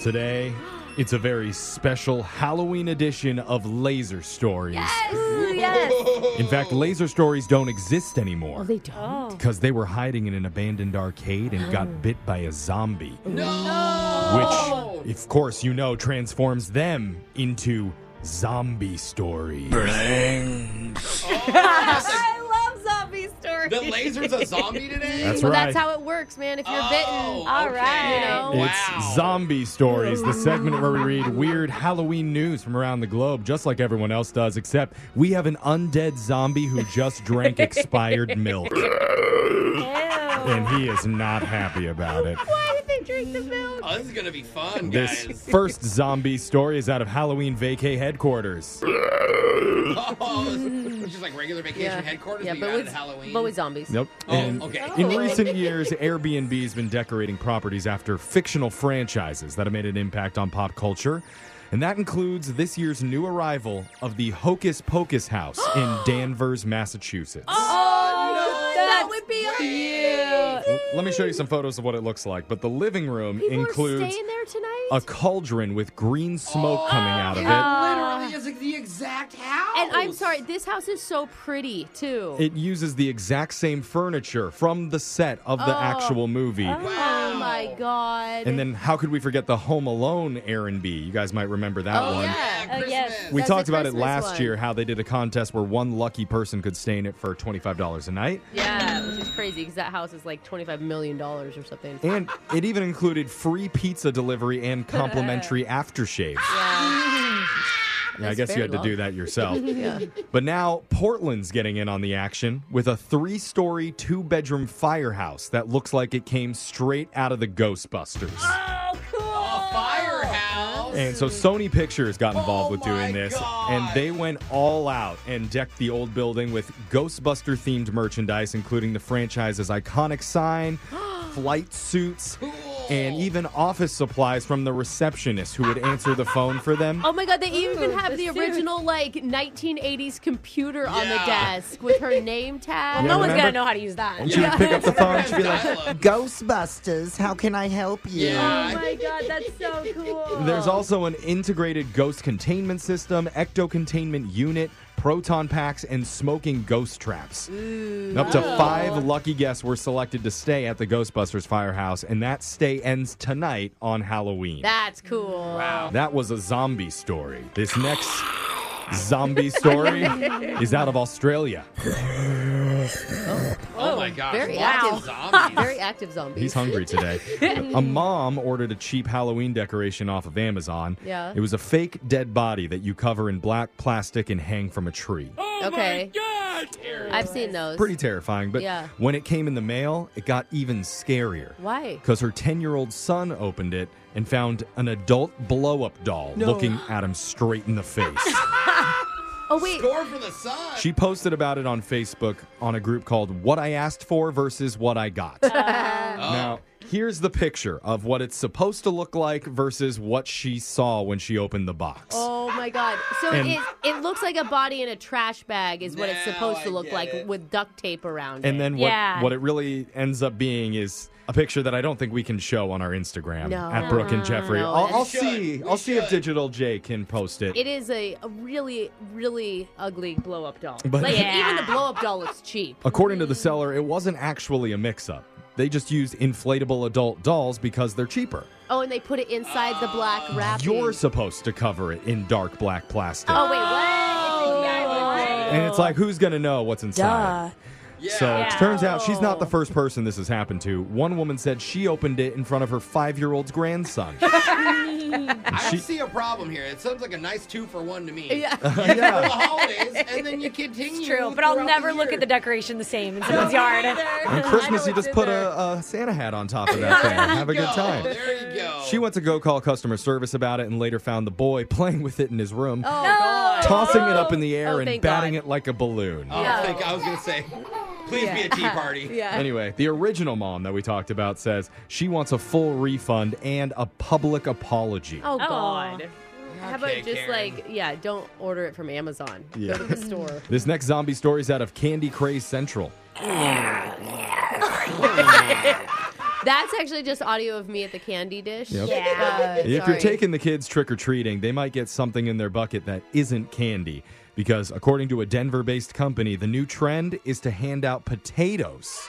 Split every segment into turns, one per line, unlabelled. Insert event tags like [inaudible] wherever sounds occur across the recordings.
Today, it's a very special Halloween edition of Laser Stories.
Yes, [laughs] yes.
In fact, Laser Stories don't exist anymore
they don't. Oh.
because they were hiding in an abandoned arcade and
[gasps]
got bit by a zombie.
No.
Which, of course, you know, transforms them into zombie stories.
I love zombie stories.
The laser's a zombie
[laughs]
today?
That's
well,
right.
that's how it works, man. If you're
Uh,
Oh,
bitten,
All
okay.
right.
you know.
It's
Wow.
Zombie Stories, the segment where we
[laughs]
read weird Halloween news from around the globe, just like everyone else does, except we have an undead zombie who just
[laughs]
drank expired milk.
[laughs]
And he is not happy about
[laughs]
it.
Why did they drink the milk?
Oh, this is going to be fun, guys. [laughs]
This first zombie story is out of Halloween Vacay headquarters.
oh, this is just like regular vacation headquarters,
yeah,
but you
but
added
with,
Halloween.
but with zombies.
Nope.
Oh,
And
okay.
In recent years, Airbnb's been decorating properties after fictional franchises that have made an impact on pop culture. And that includes this year's new arrival of the Hocus Pocus
[gasps]
House in Danvers, Massachusetts.
Oh, that
that's
would be
great.
cute.
Let me show you some photos of what it looks like. But the living room
People are
includes
staying there tonight. Oh.
a cauldron with green smoke coming out of it.
literally is like the exact house.
and I'm sorry, this house is so pretty too.
It uses the exact same furniture from the set of the actual movie.
oh my god.
And then how could we forget the Home Alone Airbnb? You guys might remember that one.
Oh, yeah.
Yeah,
Oh, yes.
Christmas.
We
That's
talked
the
about it
Christmas
last
one.
year how they did a contest where one lucky person could stay in it for $25 a night.
yeah, which is crazy because that house is like 25 million dollars or something.
And it even included free pizza delivery
[laughs]
and complimentary aftershave.
Yeah.
Yeah, I
Ah, That's
guess you
very
had to
low.
do
[laughs]
that yourself.
yeah.
[laughs] But now Portland's getting in on the action with a three story, two bedroom firehouse that looks like it came straight out of the Ghostbusters.
Oh,
Oh,
a firehouse.
And so Sony Pictures got involved
Oh
with doing
my
this,
God.
and they went all out and decked the old building with Ghostbuster themed merchandise, including the franchise's iconic
[gasps]
sign, flight suits, and even office supplies from the receptionist who would answer the phone for them.
Oh my god, they even
the
have the
suit.
original like 1980s computer on the
Yeah.
desk with her name tag.
Yeah,
no one's
remember?
gonna know how to use that.
And she would pick up the phone and she'd be like,
[laughs] Dialogue.
Ghostbusters, how can I help you?
Yeah.
Oh my god,
[laughs]
that's so cool.
There's also an integrated ghost containment system, ecto containment unit, proton packs, and smoking ghost traps. And up to five lucky guests were selected to stay at the Ghostbusters firehouse, and that stay ends tonight on Halloween.
That's cool. Wow.
that was a zombie story. This next zombie story is out of Australia.
oh my gosh.
very
lots of zombies.
Very active zombies.
He's hungry today. a mom ordered a cheap Halloween decoration off of Amazon.
Yeah.
It was a fake dead body that you cover in black plastic and hang from a tree.
[laughs] okay.
Oh
I've seen those.
Pretty terrifying, but
Yeah.
when it came in the mail, it got even scarier.
Why?
Because her 10 year old son opened it and found an adult blow up doll looking at him straight in the
[laughs]
face.
Oh wait.
Score for the sun.
she posted about it on Facebook on a group called What I Asked For versus What I Got.
[laughs]
Oh,
Now, here's the picture of what it's supposed to look like versus what she saw when she opened the box.
Oh my god. So
And-
it it looks like a body in a trash bag is what it's
Now
supposed to
I
look
get
like
it.
with duct tape around
And
it.
then what,
Yeah.
what it really ends up being is a picture that I don't think we can show on our Instagram
No.
at Brooke and Jeffrey.
No,
I'll,
we
I'll
should.
see.
We
I'll see if
should.
Digital J can post it.
it is a, a really, really ugly blow up doll.
But-
like
Yeah.
even the blow up doll looks cheap.
According to the seller, it wasn't actually a mix-up. They just used inflatable adult dolls because they're cheaper.
Oh, and they put it inside the black
Oh.
wrapping.
You're supposed to cover it in dark black plastic.
Oh wait, what?
And it's like, who's gonna know what's inside?
yeah.
So it
Yeah.
turns out she's
Oh.
not the first person this has happened to. One woman said she opened it in front of her five-year-old's
[laughs]
grandson. [laughs]
I
she-
don't see a problem here. It sounds like a nice two for one to me.
Yeah.
For the
yeah.
holidays, and then you continue.
It's true, but I'll
throughout
never
the
look
year.
at the decoration the same in someone's yard. [laughs]
On Christmas, you just put a, a Santa hat on top of that thing. Have a good
Go,
time.
There you go.
She went to go call customer service about it and later found the boy [laughs] playing with it in his room,
Oh god.
tossing it up in the air
Oh,
and
thank
batting
God.
it like a balloon.
Oh,
Yeah.
thank- I was gonna say, please be a tea party.
Yeah.
Anyway, the original mom that we talked about says she wants a full refund and a public apology.
Oh
Oh.
god. How about
Okay,
just
Karen.
like yeah, don't order it from Amazon.
Yeah.
Go to
[laughs]
the store.
This next zombie story is out of Candy Craze Central.
That's actually just audio of me at the candy dish.
Yep.
Yeah.
Uh,
If
sorry.
you're taking the kids trick or treating, they might get something in their bucket that isn't candy. Because according to a Denver based company, the new trend is to hand out potatoes.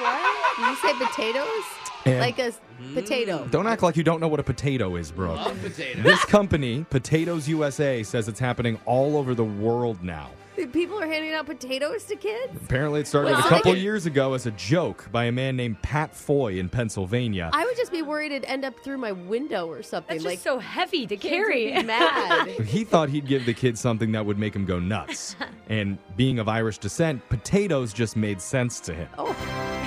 What? Did you say potatoes?
And- Mm.
like a s- potato.
Don't act like you don't know what a potato is, Brooke. [laughs]
Love potatoes.
This company, Potatoes USA, says it's happening all over the world now.
Dude, People are handing out potatoes to kids?
Apparently, it started
Well,
a
I
couple
could-
years ago as a joke by a man named Pat Foy in Pennsylvania.
I would just be worried it'd end up through my window or something.
That's just
like
so heavy to
kids would be
carry.
mad.
He thought he'd give the kids something that would make him go
[laughs]
nuts. and being of Irish descent, potatoes just made sense to him.
oh,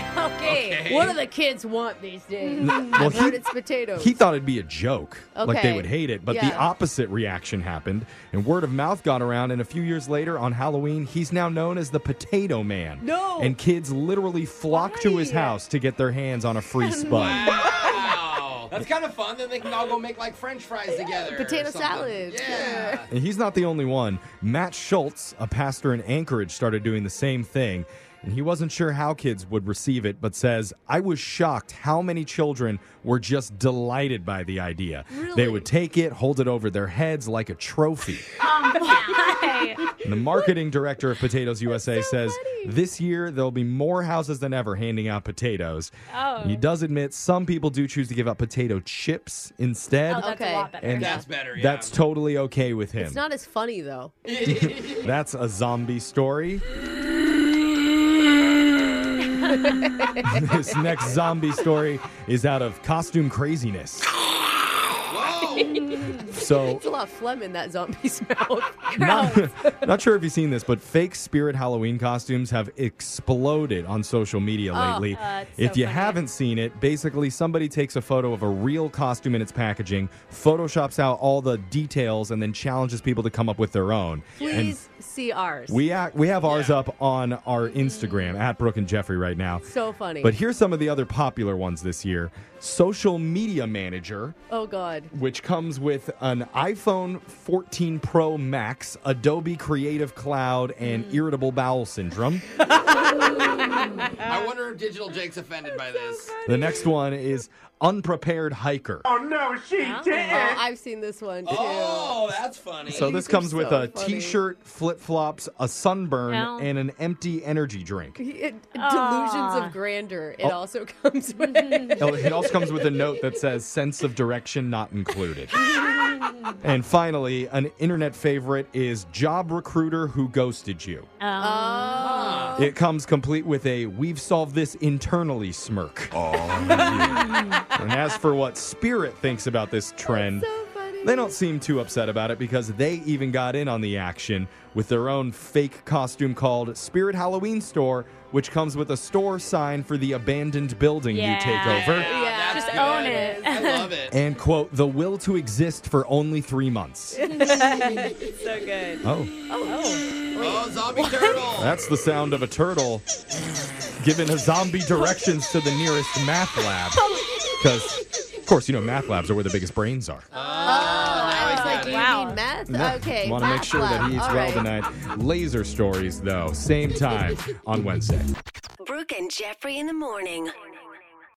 [laughs] Okay.
what do the kids want these days? [laughs]
well,
I've heard
he-
it's potatoes.
He thought it'd be a joke, like they
Okay.
would hate it, but the
Yeah.
opposite reaction happened, and word of mouth got around. And a few years later, on Halloween, he's now known as the Potato Man.
No.
and kids literally flock to his
Why?
house to get their hands on a
[laughs]
free spud.
Wow. That's kind of fun. Then they can all go make like French fries together. or
potato
something.
salad.
Yeah.
and he's not the only one. Matt Schultz, a pastor in Anchorage, started doing the same thing. And he wasn't sure how kids would receive it, but says, I was shocked how many children were just delighted by the idea. They
Really?
would take it, hold it over their heads like a trophy.
Oh,
And [laughs] the marketing director of Potatoes USA says this year there'll be more houses than ever handing out potatoes.
Oh.
He does admit some people do choose to give out potato chips instead.
Oh, that's
Okay.
a lot better. [laughs]
And
That's better. Yeah.
That's totally okay with him.
It's not as funny though.
That's a zombie story. [laughs] this next zombie story is out of costume craziness.
[laughs]
Whoa.
So
It's a lot of phlegm in that zombie's [laughs] mouth.
[laughs] not, not sure if you've seen this, but fake spirit Halloween costumes have exploded on social media lately.
uh, it's
if
so
you
funny.
haven't seen it, basically somebody takes a photo of a real costume in its packaging, photoshops out all the details, and then challenges people to come up with their own. And
Please see ours.
we act, we have ours
Yeah.
up on our Instagram at Brooke and Jeffrey right now.
so funny.
But here's some of the other popular ones this year. Social media manager
oh [laughs] god.
which comes with an iPhone 14 Pro Max, Adobe Creative Cloud, and
Hmm.
irritable bowel syndrome.
I wonder if Digital Jake's offended by this.
the next one is unprepared hiker.
Oh, I've seen this one too.
Oh, that's funny.
So this
these are
comes with
so
a
funny.
shirt flip-flops, a sunburn,
No.
and an empty energy drink.
It-
Aw.
delusions
Ah.
of grandeur. It also [laughs] comes [laughs] with.
Oh, It also comes with a note that says sense of direction not included. and finally, an internet favorite is job recruiter who ghosted you.
Oh.
It comes complete with a we've solved this internally smirk. and as for what Spirit thinks about this trend,
So funny.
they don't seem too upset about it because they even got in on the action with their own fake costume called Spirit Halloween Store, which comes with a store sign for the abandoned building you take over.
Yeah,
Yeah.
that's
Just
good.
own it.
I love it.
And quote, the will to exist for only three
[laughs]
months.
so good.
Oh.
oh,
[laughs]
zombie turtle.
That's the sound of a turtle giving a zombie directions to the nearest math
[laughs]
lab. Because, of course, you know math labs are where the biggest brains are.
I was like,
God.
do
Wow.
you mean meth? Okay.
Want to make
math
sure that
lab.
he eats
All
well
right.
tonight. Laser stories, though, same time on Wednesday.
Brooke and Jeffrey in the morning.